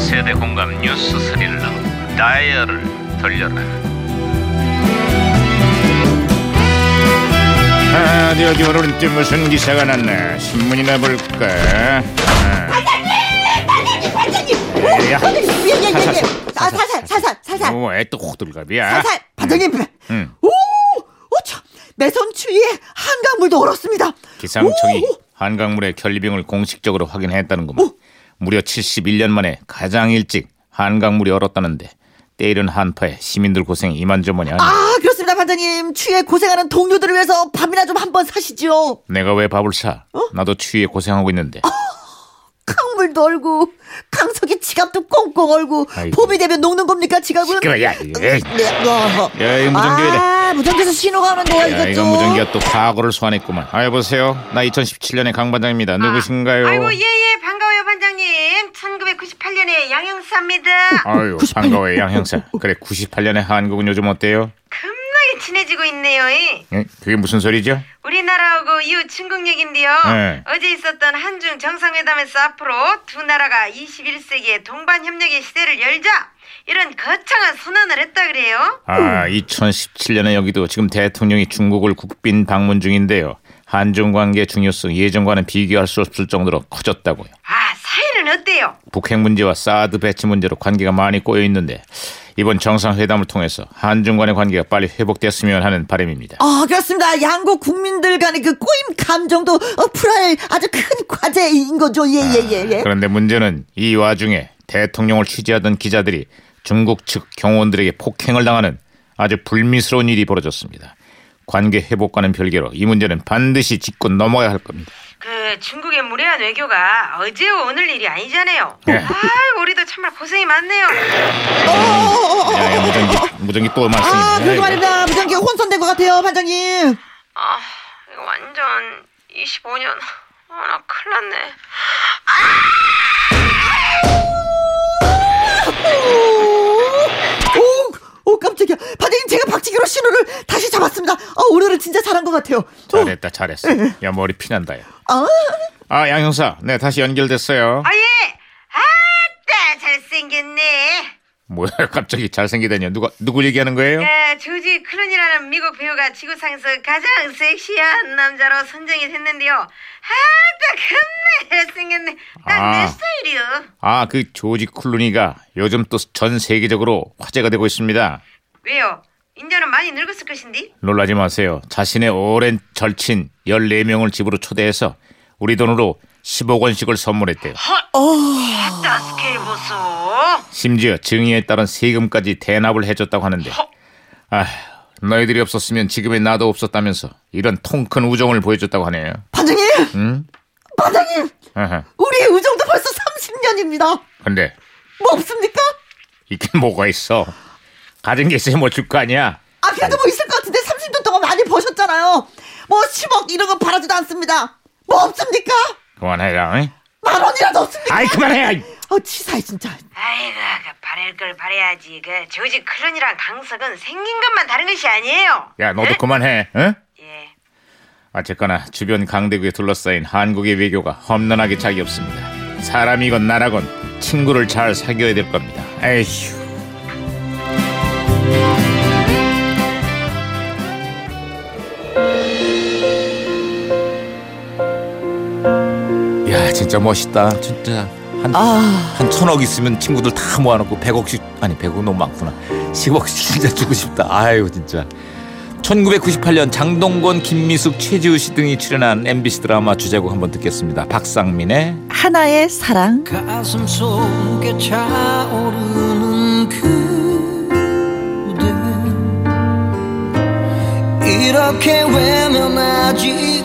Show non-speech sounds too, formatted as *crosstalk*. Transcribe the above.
세대 공감 뉴스 스릴러 다이얼을 돌려라 아, 어디 어디 오늘은 또 무슨 기사가 났나 신문이나 볼까 예, 반장님! 야. 반장님! 예, 예, 예, 예. 사살, 아, 사살, 사살, 사살, 오 어, 애또 호들갑이야 사살. 반장님! 음. 오! 오, 참! 매선 추위에 한강물도 얼었습니다. 기상청이 오, 오, 한강물의 결리병을 공식적으로 확인했다는구만 무려 71년 만에 가장 일찍 한강물이 얼었다는데 때이른 한파에 시민들 고생이 이만저만이 아니야 아, 그렇습니다, 반장님. 추위에 고생하는 동료들을 위해서 밥이나 좀 한 번 사시죠. 내가 왜 밥을 사 어? 나도 추위에 고생하고 있는데 아, 강물도 얼고, 강석이 지갑도 꽁꽁 얼고, 아이고. 봄이 되면 녹는 겁니까, 지갑은? 시끄러 야 에이. 네, 어. 야, 이거 무전기다. 아, 무전기에서 신호가 오는데요, 야, 이것 이거 좀. 무전기가 또 과거를 소환했구만. 아, 여보세요? 나 2017년의 아, 강반장입니다. 누구신가요? 아이고 예예 반가워요 반장님. 1998년에 양형사입니다. 아유, 반가워요, 양 형사. 그래, 98년의 한국은 요즘 어때요? 겁나게 친해지고 있네요. 이. 예? 그게 무슨 소리죠? 우리나라하고 이웃 중국 얘긴데요. 네. 어제 있었던 한중 정상회담에서 앞으로 두 나라가 21세기의 동반 협력의 시대를 열자 이런 거창한 선언을 했다 그래요. 아, 2017년에 여기도 지금 대통령이 중국을 국빈 방문 중인데요. 한중 관계 중요성 예전과는 비교할 수 없을 정도로 커졌다고요. 아 사이는 어때요? 북핵 문제와 사드 배치 문제로 관계가 많이 꼬여 있는데 이번 정상회담을 통해서 한중 간의 관계가 빨리 회복됐으면 하는 바람입니다. 아, 그렇습니다. 양국 국민들 간의 그 꼬임 감정도 어, 풀어야 할 아주 큰 과제인 거죠. 예, 예, 예, 예. 그런데 문제는 이 와중에 대통령을 취재하던 기자들이 중국 측 경호원들에게 폭행을 당하는 아주 불미스러운 일이 벌어졌습니다. 관계 회복과는 별개로 이 문제는 반드시 짚고 넘어가야 할 겁니다. 그 중국의 무례한 외교가 어제 오늘 일이 아니잖아요. 네. 아이고 우리도 정말 고생이 많네요. 야, 야, 무전기, 무전기 또 아, 그러고 말씀이네. 말입니다. 무전기 혼선된 것 같아요, 반장님. 아, 이거 완전 25년. 아, 나 큰일 났네. 오, 오, 깜짝이야. 반장님, 제가 박치기로 신호를 다시 잡았습니다. 아, 오늘은 진짜 잘한 것 같아요. 오, 잘했다, 잘했어. 야, 머리 피난다. 야. 아, 아, 양 형사, 네 다시 연결됐어요. 아, 예! 아따, 잘생겼네. 뭐야, 갑자기 잘생기다니. 누가 누구 얘기하는 거예요? 야, 조지 클론이라는 미국 배우가 지구상에서 가장 섹시한 남자로 선정이 됐는데요. 아따, 겁나 잘생겼네. 딱 내 아. 스타일이요. 아, 그 조지 쿨루니가 요즘 또 전 세계적으로 화제가 되고 있습니다. 왜요? 인자는 많이 늙었을 것인데? 놀라지 마세요. 자신의 오랜 절친 14명을 집으로 초대해서 우리 돈으로 10억 원씩을 선물했대요. 아따, 스케일 보소. 심지어 증여에 따른 세금까지 대납을 해줬다고 하는데 아, 너희들이 없었으면 지금의 나도 없었다면서 이런 통 큰 우정을 보여줬다고 하네요. 반장님! 반장님! 아하. 우리의 우정도 벌써 30년입니다. 근데 뭐 없습니까? 이게 뭐가 있어? 가진 게 있으면 뭐 줄 거 아니야? 아, 그래도 뭐 있을 것 같은데 30년 동안 많이 버셨잖아요. 뭐 10억 이런 건 바라지도 않습니다. 뭐 없습니까? 그만해라. 응? 만 원이라도 없습니까? 아이 그만해. 아이. 어, 치사해, 진짜. 아이고, 그 바랄 걸 바라야지. 그 조지 클론이랑 강석은 생긴 것만 다른 것이 아니에요. 야 너도 에? 그만해. 응? 예. 어쨌거나 주변 강대국에 둘러싸인 한국의 외교가 험난하게 자기 없습니다. 사람이건 나라건 친구를 잘 사귀어야 될 겁니다. 에휴. 야 진짜 멋있다 진짜 한, 한 천억 있으면 친구들 다 모아놓고 백억씩 아니 백억 너무 많구나 10억씩 *laughs* 진짜 주고 싶다 아유 진짜 1998년 장동건 김미숙 최지우 씨 등이 출연한 MBC 드라마 주제곡 한번 듣겠습니다 박상민의 하나의 사랑. 가슴 속에 차오르는 그대 이렇게 외면하지